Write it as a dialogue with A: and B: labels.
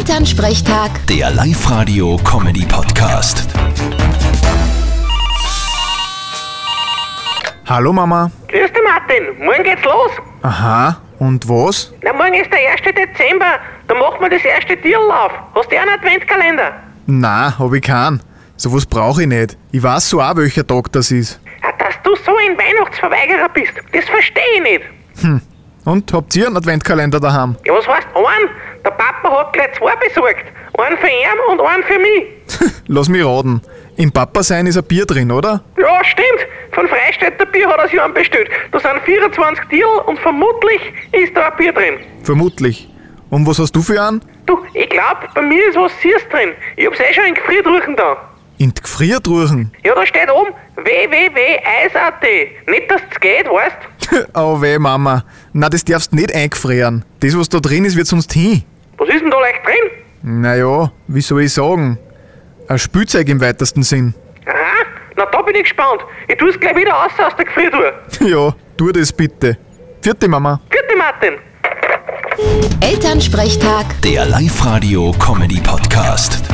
A: Elternsprechtag,
B: Der Live-Radio-Comedy-Podcast.
C: Hallo Mama.
D: Grüß dich, Martin. Morgen geht's los.
C: Aha, und was?
D: Na, morgen ist der 1. Dezember. Da macht man das erste Tierl auf. Hast du auch einen Adventkalender?
C: Na, hab ich keinen. Sowas brauch ich nicht. Ich weiß so auch, welcher Tag das ist.
D: Ah, Dass du so ein Weihnachtsverweigerer bist, das verstehe ich nicht.
C: Und habt ihr einen Adventkalender daheim?
D: Ja, was heißt einen? Der Papa hat gleich zwei besorgt. Einen für ihn und einen für mich.
C: Lass mich raten. Im Papa sein ist ein Bier drin, oder?
D: Ja, stimmt. Von Freistädter Bier hat er sich einen bestellt. Da sind 24 Tierl und vermutlich ist da ein Bier drin.
C: Vermutlich. Und was hast du für einen?
D: Du, ich glaub, bei mir ist was Süßes drin. Ich hab's eh schon in Gefriertruchen da.
C: In die Gefriertruchen.
D: Ja, da steht oben www.eis.at. Nicht, dass es geht, weißt
C: oh weh, Mama. Na, das darfst nicht eingefrieren. Das, was da drin ist, wird sonst hin.
D: Was ist denn da leicht drin?
C: Naja, wie soll ich sagen? Ein Spielzeug im weitesten Sinn.
D: Aha, na da bin ich gespannt. Ich tu's gleich wieder raus aus der Gefriertruhe.
C: ja, tu das bitte. Vierte Mama.
D: Vierte Martin.
A: Elternsprechtag.
B: Der Live-Radio-Comedy-Podcast.